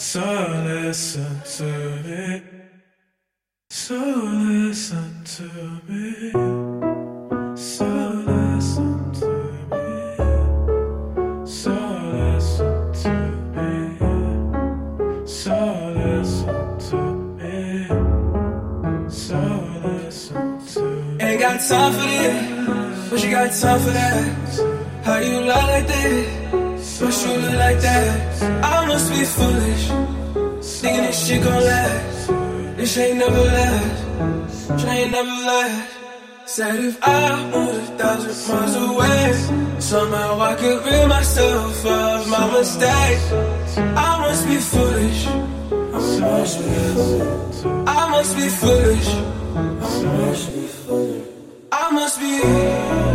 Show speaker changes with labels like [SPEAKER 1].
[SPEAKER 1] So listen to me. So listen to me. So listen to me. So listen to me. So listen to me. So listen to me.
[SPEAKER 2] Ain't got time for this, but you got time for that. How you lie like that? But you look like that. I must be foolish, thinking this shit gon' last. This ain't never last, this ain't never last. Said if I were a thousand miles away, somehow I could rid myself of my mistakes. I must be foolish. I must be foolish. I must be foolish. I must be.